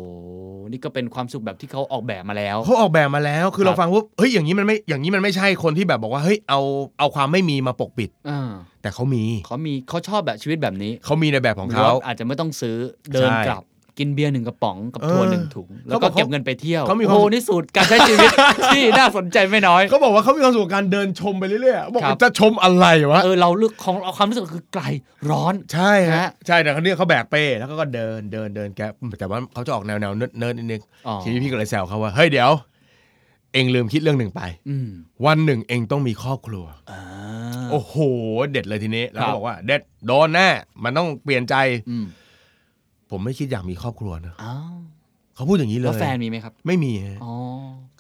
นี่ก็เป็นความสุขแบบที่เขาออกแบบมาแล้ว
เขาออกแบบมาแล้วคื
ครั
อ
บ
เราฟังว่าเฮ้ยอย่างนี้มันไม่อย่างนี้มันไม่ใช่คนที่แบบบอกว่าเฮ้ยเอาเอาความไม่มีมาปกปิด
อ่า
แต่เขามี
เขามีเขาชอบแบบชีวิตแบบนี้
เขามีในแบบของ
ร
เขา
ถอาจจะไม่ต้องซื้อเดิน
ใช่
กลับ กินเบียร์หนึ่งกระป๋องกับ
เออ
ทัวร์หนึ่งถุง แล้ว
เขาบ
ก็
อกเขา
เก็บเงินไปเที่ยว
เขามีความ
โอ้นี่สูตรการใช้ชีวิ ต ที่น่าสนใจไม่น้อย
เขาบอกว่าเขามีความสุขกับการเดินชมไปเรื่อยๆบอก
ครับ
จะชมอะไรวะ
เออเราเลือกของเราความรู้สึกคือไกลร้อน
ใช่ฮะ
ฮะ
ใช่แต่เขาเนี่ยเขาแบกเป้แล้วก็ก็เดินเดินเดินแกะแต่ว่าเขาจะออกแนวแนวเนิร์ดเนิร์ดนิดนึง
อ๋อ
ทีนี้พี่ก็เลยแซวเขาว่าเฮ้ยเดี๋ยว เองลืมคิดเรื่องหนึ่งไป
อืม
วันหนึ่งเองต้องมีครอบครัว
อ่า
โอ้โห เด็ดเลยทีนี้แล้ว
ครั
ก็
บ
บอกว่า เด็ดโดนแน่มันต้องเปลี่ยนใจ
อืม
ผมไม่คิดอยากมีครอบครัวนะ
อ้าว
เขาพูดอย่างนี้เล
แล้ว
ย
แฟนมีไหมครับ
ไม่มีฮะ
อ๋อ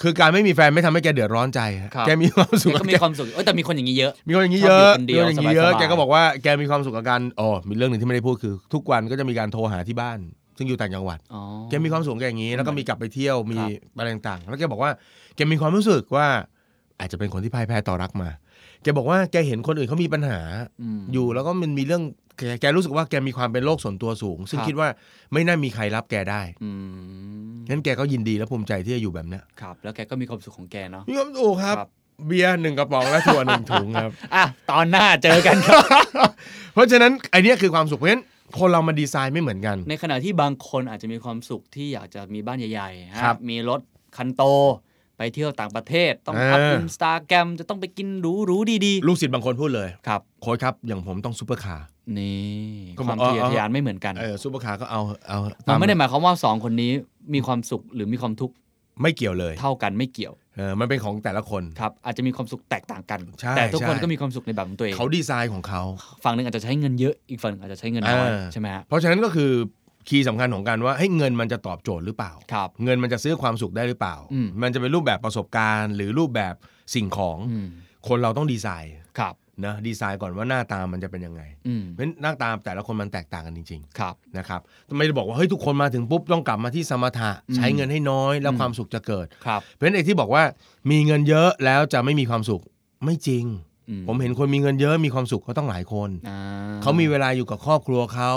คือการไม่มีแฟนไม่ทำให้แกเดือดร้อนใจฮะ
ครับ
แกมีความสุข
แกก็
บ
มี
แก
ความสุขเออแต่มีคนอย่างนี้เยอะ
มีคนอย่างนี้
ช
เย
อบอยู่
อะ
คนเดีย
มีคว นอย่างนี้เยอะ แกก็บอกว่าแกมีความสุขกับการอ๋อมีเรื่องหนึ่งที่ไม่ได้พูดคือ ทุกวันก็จะมีการโทรหาที่บ้าน ซึ่งอยู่ต่างจังหวัด
อ๋อ
แกมีความสุขแกอย่างนี้ แล้วก็มีกลับไปเที่ยว มี
ครั
อะไรต่างๆ แล้วแกบอกว่า แกมีความรู้สึกว่า อาจจะเป็นคนที่พ่ายแพ้ต่อรักมา แกบอกว่าแกเห็นคนอื่นเขามีปัญหา
ม
อยู่แล้วก็มันมีเรื่อง แกแกรู้สึกว่าแกมีความเป็นโรคส่วนตัวสูง ซึ่ง
ครับ
คิดว่าไม่น่ามีใครรับแกได้
อืม
งั้นแกก็ยินดีและภูมิใจที่จะอยู่แบบเนี้ย
ครับ แล้วแกก็มีความสุขของแกเนาะ
มีความสุขครับ
ครับ
เบียร์หนึ่งกระป๋องและถั่วหนึ่งถุงครับ
อ่ะตอนหน้าเจอกันครับ
เพราะฉะนั้นไอเนี้ยคือความสุขเพราะฉะนั้นคนเรามันดีไซน์ไม่เหมือนกัน
ในขณะที่บางคนอาจจะมีความสุขที่อยากจะมีบ้านใหญ่ๆฮะ
ครับ
มีรถคันโต ไปเที่ยวต่างประเทศ ต้อง
อ่า
อัพอินสตาแกรมจะต้องไปกินหรูหรูดี
ลูกศิษย์บางคนพูดเลย
ๆ ครับ
โค้ชครับ อย่างผมต้องซูเปอร์คาร์
นี่
ก็
ค
บ
วา
อก
ม
เออ
ทะเยอ
เออ
ทะยานไม่เหมือนกัน
เออซูเปอร์คาร์ก็เอาเอา
มั
ตาน ม
ไม่ได้หมายความว่าสองคนนี้มีความสุขหรือมีความทุกข์
ไม่เกี่ยวเลย
เท่ากันไม่เกี่ยว
เออมันเป็นของแต่ละคน
ครับ อาจจะมีความสุขแตกต่างกัน
ใช่
แต่ทุกคน
ใช่
ก็มีความสุขในแบบของตัวเอง
เขาดีไซน์ของเขา
ฝั่งหนึ่งอาจจะใช้เงินเยอะอีกฝั่งหนึ่งอาจจะใช้เงินน้อย
อ่า
ใช่ไหมฮะ
เพราะฉะนั้นก็คือคีย์สำคัญของการว่าให้ยเงินมันจะตอบโจทย์หรือเปล่า
ครับ
เงินมันจะซื้อความสุขได้หรือเปล่า
อืม
มันจะเป็นรูปแบบประสบการณ์ หรือรูปแบบสิ่งของ
อืม
คนเราต้องดีไซน์
ครับ
นะดีไซน์ก่อนว่าหน้าตามันจะเป็นยังไง
อืม
เพราะฉะนั้นหน้าตาแต่ละคนมันแตกต่างกันจริง ๆ
ครับ
นะครับไม่ได้บอกว่าเฮ้ยทุกคนมาถึงปุ๊บต้องกลับมาที่สมถะ
อืม
ใช้เงินให้น้อยแล้ว
อืม
ความสุขจะเกิด
ครับ
เพราะฉะนั้นไอ้ที่บอกว่ามีเงินเยอะแล้วจะไม่มีความสุขไม่จริง
อื
ผมเห็นคนมีเงินเยอะมีความสุขเขาต้องหลายคน
อ่
เขามีเวลาอยู่กับครอบครัวเขา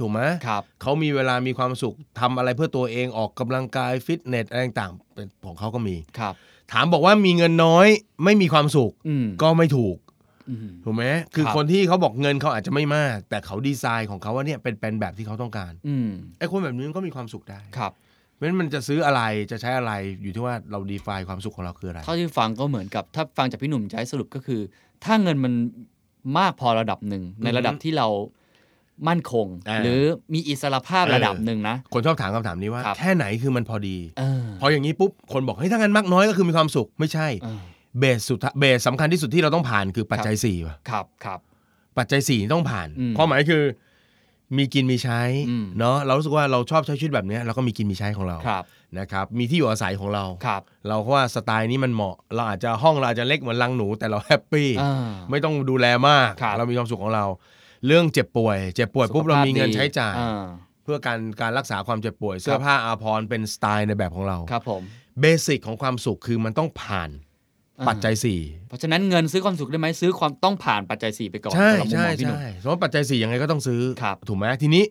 ถูกไหม
ครับ
เขามีเวลามีความสุขทำอะไรเพื่อตัวเองออกกำลังกายฟิตเนสอะไรต่างๆเป็นของเขาก็มี
ครับ
ถามบอกว่ามีเงินน้อยไม่มีความสุข
อืม
ก็ไม่ถูก
อืม
ถูกไหมคือ
ครับ
คนที่เขาบอกเงินเขาอาจจะไม่มาก แต่เขาดีไซน์ของเขาว่าเนี่ยเป็นเป็นแบบที่เขาต้องการ
อืม
ไอ้คนแบบนี้มันก็มีความสุขได้
ครับ
เพราะฉะนั้นมันจะซื้ออะไรจะใช้อะไรอยู่ที่ว่าเราดีไฟความสุขของเราคืออะไร
เท่าที่ฟังก็เหมือนกับถ้าฟังจากพี่หนุ่มจะให้สรุปก็คือ ถ้าเงินมันมากพอระดับหนึ่ง ในระดับที่เรามั่นคง
อ่า
หรือมีอิสรภาพ
เออ
ระดับหนึ่งนะ
คนชอบถามคำถามนี้ว่า
ครับ
แค่ไหนคือมันพอดี
เออ
พออย่างนี้ปุ๊บ คนบอกเฮ้ยถ้างั้นมากน้อยก็คือมีความสุขไม่ใช่
เออ
เบสสุดท้ายเบสสำคัญที่สุดที่เราต้องผ่านคือปัจจัย4ี่ว่ะ
ครับครับ
ปัจจัย4ี่ต้องผ่าน
อืม
ความหมายคือ มีกินมีใช้
อืม
เนาะเรารู้สึกว่าเราชอบใช้ชีวิตแบบเนี้ยเราก็มีกินมีใช้ของเรา
ครับ
นะครับมีที่อยู่อาศัยของเรา
ครับ
เราก็ว่าสไตล์นี้มันเหมาะ เราอาจจะห้องเราอาจจะเล็กเหมือนลังหนูแต่เราแฮปปี้
อ่า
ไม่ต้องดูแลมาก
ครับ
เรามีความสุขของเรา เรื่องเจ็บป่วย เจ็บป่วยปุ๊บเรามีเงินใช้จ่าย
อ่
เพื่อการการรักษาความเจ็บป่วย เสื้อผ้าอาภรณ์เป็นสไตล์ในแบบของเรา
ครับผม
เบสิกของความสุขคือมันต้องผ่าน
อ่า
ปัจจัยสี่
เพราะฉะนั้นเงินซื้อความสุขได้ไหมซื้อความต้องผ่านปัจจัยสี่ไปก่อน
ใช่
สำหรับมุมม
ใช่
องพี่หนุ่ม
ใช่สมมติปัจจัยสี่ยังไงก็ต้องซื้อ
ครับ
ถูกไหมทีนี้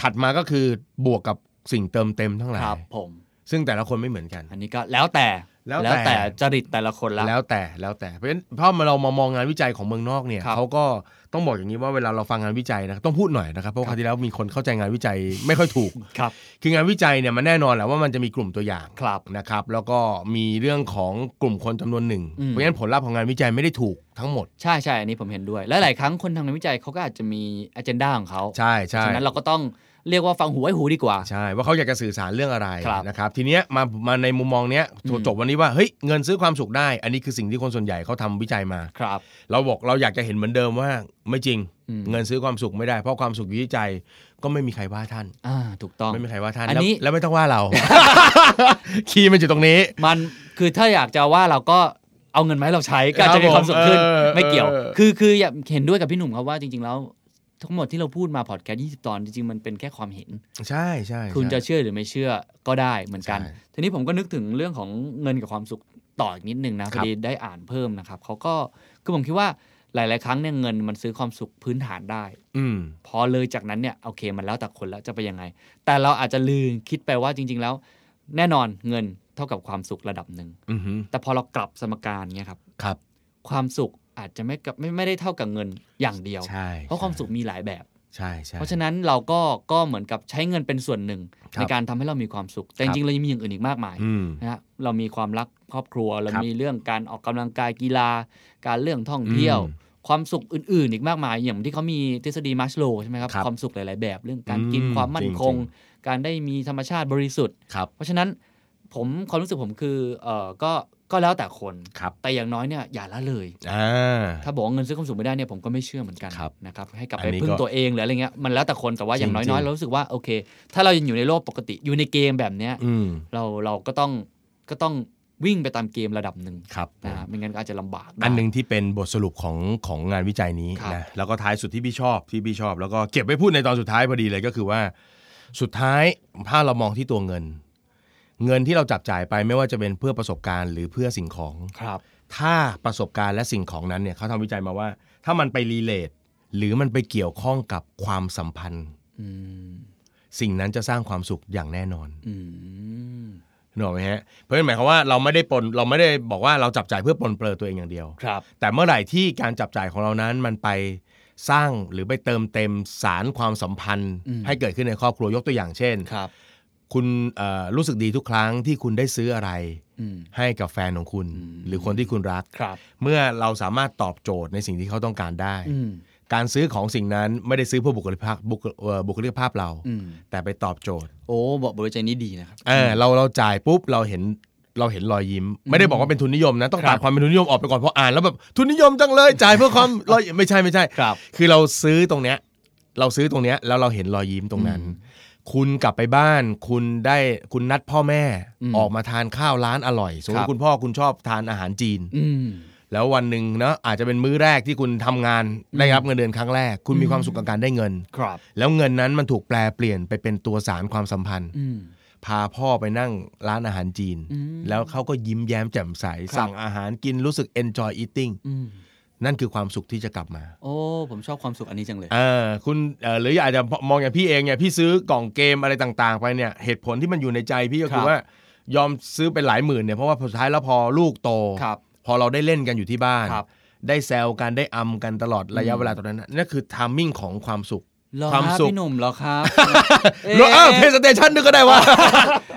ถัดมาก็คือบวกกับสิ่งเติมเต็มทั้งหลา
ครั
ย
บผม
ซึ่งแต่ละคนไม่เหมือนกัน
อันนี้ก็แล้วแต่
แล้วแต่
แต่จริตแต่ละคนละ
แล้วแต่แล้วแต่เพราะฉะนั้นพอเรามามองงานวิจัยของเมืองนอกเนี่ย
ครับ
เขาก็ต้องบอกอย่างนี้ว่าเวลาเราฟังงานวิจัยนะต้องพูดหน่อยนะครับเพราะ
ค
ครับ ราวที่แล้วมีคนเข้าใจงานวิจัยไม่ค่อยถูก
ครับ
คืองานวิจัยเนี่ยมันแน่นอนแหละว่ามันจะมีกลุ่มตัวอย่าง
ครับ
นะครับ แล้วก็มีเรื่องของกลุ่มคนจำนวนหนึ่ง
อืม
เพราะฉะนั้นผลลัพธ์ของงานวิจัยไม่ได้ถูกทั้งหมด
ใช่ใช่อันนี้ผมเห็นด้วย และหลายครั้งคนทำงานวิจัยเขาก็อาจจะมี agenda ของเขา
ใช่ใช่
ฉะนั้นเราก็ต้องเรียกว่าฟังหูไว้หูดีกว่า
ใช่ว่าเขาอยากจะสื่อสารเรื่องอะไร
ครับ
นะครับทีเนี้ยมามาในมุมมองเนี้ย
อืม
จบวันนี้ว่าเฮ้ยเงินซื้อความสุขได้ อันนี้คือสิ่งที่คนส่วนใหญ่เขาทำวิจัยมา
ครับ
เราบอกเราอยากจะเห็นเหมือนเดิมว่าไม่จริง
อืม
เงินซื้อความสุขไม่ได้เพราะความสุขอยู่ที่ใจก็ไม่มีใครว่าท่าน
อ่าถูกต้อง
ไม่มีใครว่าท่าน
อัน
แล้ว
นี้
แล้วไม่ต้องว่าเรา คีย์มันอยู่ตรงนี้
มันคือถ้าอยากจะว่าเราก็เอาเงินมาให้เราใช้ก็อาจจะมีความสุขขึ้น
เออเออ
ไม่เกี่ยว
เออ
คือคืออยากเห็นด้วยกับพี่หนุ่มครับว่าจริงๆแล้ว ทั้งหมดที่เราพูดมาพอดแคสต์20 ตอนจริงๆมันเป็นแค่ความเห็น
ใช่ใช่
คุณจะ
ใช่
เชื่อหรือไม่เชื่อก็ได้เหมือนกัน
ใช่
ทีนี้ผมก็นึกถึงเรื่องของเงินกับความสุขต่ออีกนิดนึงนะพอดีได้อ่านเพิ่มนะครับเขาก็คือผมคิดว่าหลาย ๆ ครั้งเนี่ยเงินมันซื้อความสุขพื้นฐานได้
อืม
พอเลยจากนั้นเนี่ยโอเคมันแล้วแต่คนแล้วจะไปยังไง แต่เราอาจจะลืมคิดไปว่าจริง ๆ แล้ว แน่นอนเงินเท่ากับความสุขระดับหนึ่ง
อือหือ
แต่พอเรากลับสมการเนี่ยครับ
ครับ
ความสุขอาจจะไม่กับไม่ไม่ได้เท่ากับเงินอย่างเดียว
ใช่
เพราะความสุขมีหลายแบบ
ใช่ใช่
เพราะฉะนั้นเราก็ก็เหมือนกับใช้เงินเป็นส่วนหนึ่ง
ครับ
ในการทำให้เรามีความสุข แต่
ค
จ
รับ
ริงๆเรายังมีอย่างอื่นอีกมากมาย
อืม
นะฮะเรามีความรักครอบครัว เรา
ครับ
มีเรื่องการออกกำลังกายกีฬา การเรื่องท่องเที่ยว
อืม
ความสุขอื่น ๆ อีกมากมาย อย่างที่เขามีทฤษฎีมัชโลว์ใช่ไหมครับ
ครับ
ความสุขหลาย ๆ แบบเรื่องการ
อืม
กินความมั่นคง
จริง
การได้มีธรรมชาติบริสุทธิ์
ครับ
เพราะฉะนั้นผมความรู้สึกผมคือเออก็ก็แล้วแต่คน
ครับ
แต่อย่างน้อยเนี่ยอย่าละเลย
อ่า
ถ้าบอกว่าเงินซื้อความสุขไม่ได้เนี่ยผมก็ไม่เชื่อเหมือนกัน
ครับ
นะครับให้กลับ
อั
ไป
นนี้ก็
พึ่งตัวเองหรืออะไรเงี้ยมันแล้วแต่คนแต่ว่าอย่าง
จริงๆ
น้อยๆเรารู้สึกว่าโอเค ถ้าเรายังอยู่ในโลกปกติอยู่ในเกมแบบเนี้ย
อืม
เราเราก็ต้องก็ต้องวิ่งไปตามเกมระดับหนึ่ง
ครับผม
นะฮะไม่งั้นก็อาจจะลำบากได้
อันหนึ่งที่เป็นบทสรุปของของงานวิจัยนี้
ครับ
นะแล้วก็ท้ายสุดที่พี่ชอบที่พี่ชอบ แล้วก็เก็บไว้พูดในตอนสุดท้ายพอดีเลยก็คือว่า สุดท้ายถ้าเรามองที่ตัวเงิน เงินที่เราจับจ่ายไปไม่ว่าจะเป็นเพื่อประสบการณ์หรือเพื่อสิ่งของ
ครับ
ถ้าประสบการณ์และสิ่งของนั้นเนี่ยเขาทำวิจัยมาว่า ถ้ามันไปรีเลทหรือมันไปเกี่ยวข้องกับความสัมพันธ์
อืม
สิ่งนั้นจะสร้างความสุขอย่างแน่นอน
อืม
นึกออกไหมฮะเพราะฉะนั้นหมายความว่าเราไม่ได้ปลนเราไม่ได้บอกว่าเราจับจ่ายเพื่อปลนเปลือตัวเองอย่างเดียว
ครับ
แต่เมื่อไหร่ที่การจับจ่ายของเรานั้นมันไปสร้างหรือไปเติมเต็มสารความสัมพันธ์
อืม
ให้เกิดขึ้นในครอบครัวยกตัวอย่างเช่น
ครับ
คุณเอ่อรู้สึกดีทุกครั้งที่คุณได้ซื้ออะไร
อืม
ให้กับแฟนของคุณ
อืม
หรือคนที่คุณรัก
ครับ
เมื่อเราสามารถตอบโจทย์ในสิ่งที่เขาต้องการได้
อืม
การซื้อของสิ่งนั้นไม่ได้ซื้อเพื่อบุคลิกภาพบุคเอ่อบุคลิกภาพเรา
อืม
แต่ไปตอบโจทย์
โอ้บอกบริจาคนี้ดีนะครับ
เออเราเราจ่ายปุ๊บเราเห็นเราเห็นรอยยิ้ม ไม่ได้บอกว่าเป็นทุนนิยมนะ ต้อง
ครับ
ตัดความเป็นทุนนิยมออกไปก่อนเพราะอ่านแล้วแบบทุนนิยมจังเลยจ่ายเพื่อความ รอยไม่ใช่ไม่ใช่
ครับ
คือเราซื้อตรงเนี้ยเราซื้อตรงเนี้ยแล้วเราเห็นรอยยิ้มตรงนั้น
อืม
คุณกลับไปบ้าน คุณได้คุณนัดพ่อแม่
อืม
ออกมาทานข้าวร้านอร่อยสมม
ครั
ติ
บ
คุณพ่อคุณชอบทานอาหารจีน
อืม
แล้ววันหนึ่งเนอะอาจจะเป็นมื้อแรกที่คุณทำงานได้รับเงินเดือนครั้งแรก คุณ
อืม
มีความสุขกับการได้เงิน
ครับ
แล้วเงินนั้นมันถูกแปลเปลี่ยนไปเป็นตัวสารความสัมพันธ์
อืม
พาพ่อไปนั่งร้านอาหารจีน
อืม
แล้วเขาก็ยิ้มแย้มแจ่มใส
ครับ
สั่งอาหารกินรู้สึก enjoy eating
อืม
นั่นคือความสุขที่จะกลับมา
โอ้ผมชอบความสุขอันนี้จังเลย
เออคุณเอ่อหรืออาจจะมองอย่างพี่เองเนี่ยพี่ซื้อกล่องเกมอะไรต่างๆ ไปเนี่ยเหตุผลที่มันอยู่ในใจพี่ก็คื
ครั
อบ ว่ายอมซื้อเป็นหลายหมื่นเนี่ยเพราะว่าสุดท้ายแล้วพอลูกโต
ครับ
พอเราได้เล่นกันอยู่ที่บ้าน
ครับ
ได้แซวกันได้อำกันตลอดระยะ
อืม
เวลาตอนนั้นน่ะนั่นคือทามมิ่งของความสุข
เหรอ
ความ
รับ
สุข
พี่หนุ่มเหรอครับ
แล้วอ้าวเพลย์สเตชันด้วยก็ได้วะ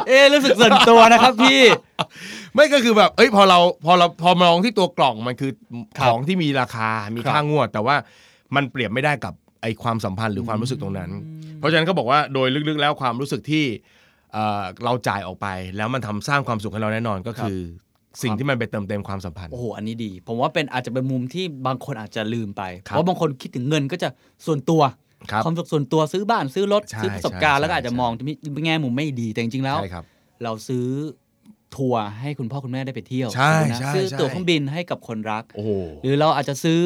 เอ๊ะรู้สึกส่วนตัวนะครับพี่
ไม่ก็คือแบบเอ้ยพอเราพอเราพอมองที่ตัวกล่องมันคือ
ครับ
ของที่มีราคา มี
ครับ
ค่างวด แต่ว่ามันเปรียบไม่ได้กับไอความสัมพันธ์หรือความรู้สึกตรงนั้น เพราะฉะนั้นก็บอกว่าโดยลึกๆแล้วความรู้สึกที่เอ่อเราจ่ายออกไป แล้วมันทำสร้างความสุขให้เราแน่นอนก็
ครับ
คือสิ่งที่มันไปเติมเต็มความสัมพันธ์
โอ้โหอันนี้ดี ผมว่าเป็นอาจจะเป็นมุมที่บางคนอาจจะลืมไป
ค
เพ
รับ
ราะบางคนคิดถึงเงินก็จะส่วนตัว
ครับ
ความสุขส่วนตัวซื้อบ้านซื้อรถ
ใช่
ซื้อประสบการ
ใช่
ณ์แล้วก็อาจจะ
ใช่
มองที่แง่มุมไม่ดีแต่จริงๆแล้ว
ใช่ครับ
เราซื้อทัวร์ให้คุณพ่อคุณแม่ได้ไปเที่ยว
ใช่
นะ
ใช่
ซื้อ
ใช่
ตั๋วเครื่องบินให้กับคนรัก
โอ้โห
หรือเราอาจจะซื้อ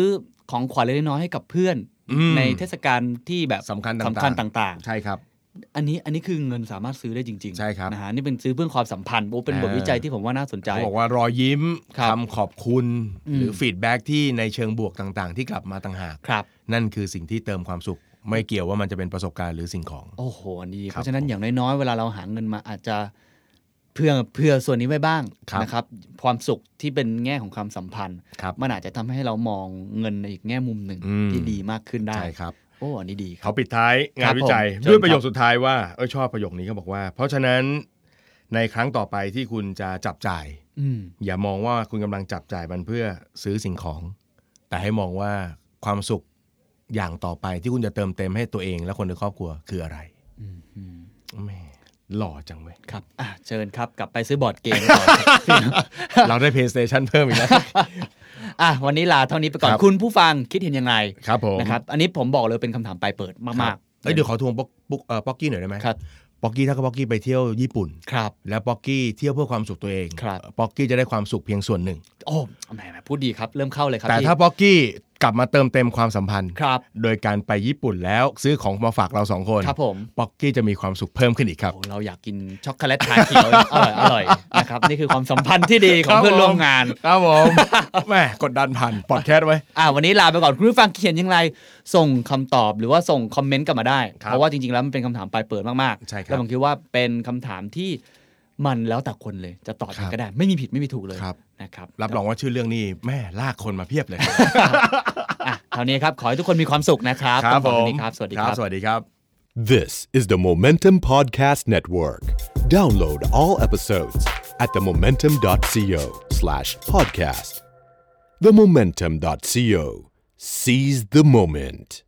ของขวัญเล็กๆน้อยๆให้กับเพื่อน
อืม
ในเทศกาลที่แบบ
สำคัญต่างๆ
สำคัญต่าง
ใช่ครับ
ๆ อันนี้อันนี้คือเงินสามารถซื้อได้จริงๆ
ใช่ครับ
นะฮะนี่เป็นซื้อเพื่อความสัมพันธ์โอ้เป็น
อ่า
บทวิจัยที่ผมว่าน่าสนใจ
เขาบอกว่ารอยยิ้ม
ครับ
คำขอบคุณ
อืม
หรือฟีดแบ็กที่ในเชิงบวกต่างๆ ที่กลับมาต่างหาก
ครับ
นั่นคือสิ่งที่เติมความสุข ไม่เกี่ยวว่ามันจะเป็นประสบการณ์หรือสิ่งของ
โอ้โหอันนี้
ครับ
เพราะฉะนั้นอย่างน้อยๆ เวลาเราหาเงินมาอาจจะเพื่อเพื่อส่วนนี้ไว้บ้าง
ครับ
นะครับ ความสุขที่เป็นแง่ของความสัมพันธ์
ครับ
มันอาจจะทำให้เรามองเงินในอีกแง่มุมหนึ่ง
อืม
ที่ดีมากขึ้นได้
ใช่ครับ
โอ้อันนี้ดีครับ
เขาปิดท้าย
ค
งา
รั
น
บ
วิจัย
ผม
ด้
เชิญค
วย
รับ
ประโยคสุดท้ายว่าเออชอบประโยคนี้เขาบอกว่า เพราะฉะนั้นในครั้งต่อไปที่คุณจะจับจ่าย
อืม
อย่ามองว่าคุณกำลังจับจ่ายมันเพื่อซื้อสิ่งของ แต่ให้มองว่าความสุขอย่างต่อไปที่คุณจะเติมเต็มให้ตัวเองและคนในครอบครัวคืออะไรแหม่หล่อจังเว้ย
ครับอ่ะเชิญครับกลับไปซื้อบอร์ดเก มต่อครับ
เราได้ PlayStation เพิ่มอีกแล้ว
อ่ะวันนี้ลาเท่านี้ไปก่อน
ครับ
คุณผู้ฟังคิดเห็นยังไง
ครับผม
นะครับ อันนี้ผมบอกเลยเป็นคำถามปลายเปิด
ครั
มา
บ
ก
เอ้ยเดี๋ยวขอทวงป๊อกปุ๊กเอ่อป๊อกกี้หน่อยได้ไหม
ๆครับ
ป๊อกกี้ถ้าก็ป๊อกกี้ไปเที่ยวญี่ปุ่น
ครับ
แล้วป๊อกกี้เที่ยวเพื่อความสุขตัวเอง
ครับ
ป๊อกกี้จะได้ความสุขเพียงส่วนหนึ่ง
โอ้แหมพูดดีครับ เริ่มเข้าเลยครับ
แต่
พี่
ถ้าป๊อกกี้กลับมาเติมเต็มความสัมพันธ์
ครับ
โดยการไปญี่ปุ่นแล้วซื้อของมาฝากเราสองคน
ครับผม
ป๊อกกี้จะมีความสุขเพิ่มขึ้นอีกครับ
โอ้เราอยากกินช็อกโกแลตชาเขียว อร่อยอร่อยนะครับนี่คือความสัมพันธ์ที่ดีของเพื่อนร่วมงาน
ครับผม แหม่กดดันผ่านพอดแคสต์ไว้
อ่าวันนี้ลาไปก่อนคุณผู้ฟังเขียนอยังไงส่งคำตอบหรือว่าส่งคอมเมนต์กลับมาได้
ครับ
เพราะว่าจริงๆแล้วมันเป็นคำถามปลายเปิดมาก
ใช่ครับ
แล้วผมคิดว่าเป็นคำถามที่มันแล้วแต่คนเลย จะตอบยั
ค
ง
รับ
ไงก็ได้ ไม่มีผิดไม่มีถูกเลย
ครับ
นะครับ
รับรองว่าชื่อเรื่องนี้แม่ลากคนมาเพียบเลย
อ่ะเท่านี้ครับ ขอให้ทุกคนมีความสุขนะครับ
ครับผ
ต้องขอ
ม
เท่านี้ครับ สวัสดีครับ
สวัสดีครับ
This is the Momentum Podcast Network. Download all episodes at themomentum.co slash podcast. Themomentum.co. Seize the moment.